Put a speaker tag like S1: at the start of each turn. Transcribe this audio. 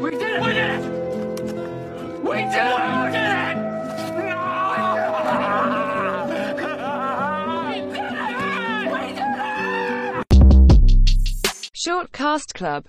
S1: We did it! We did it! We did it! We did it! No! We did it! We did it!
S2: Short Cast Club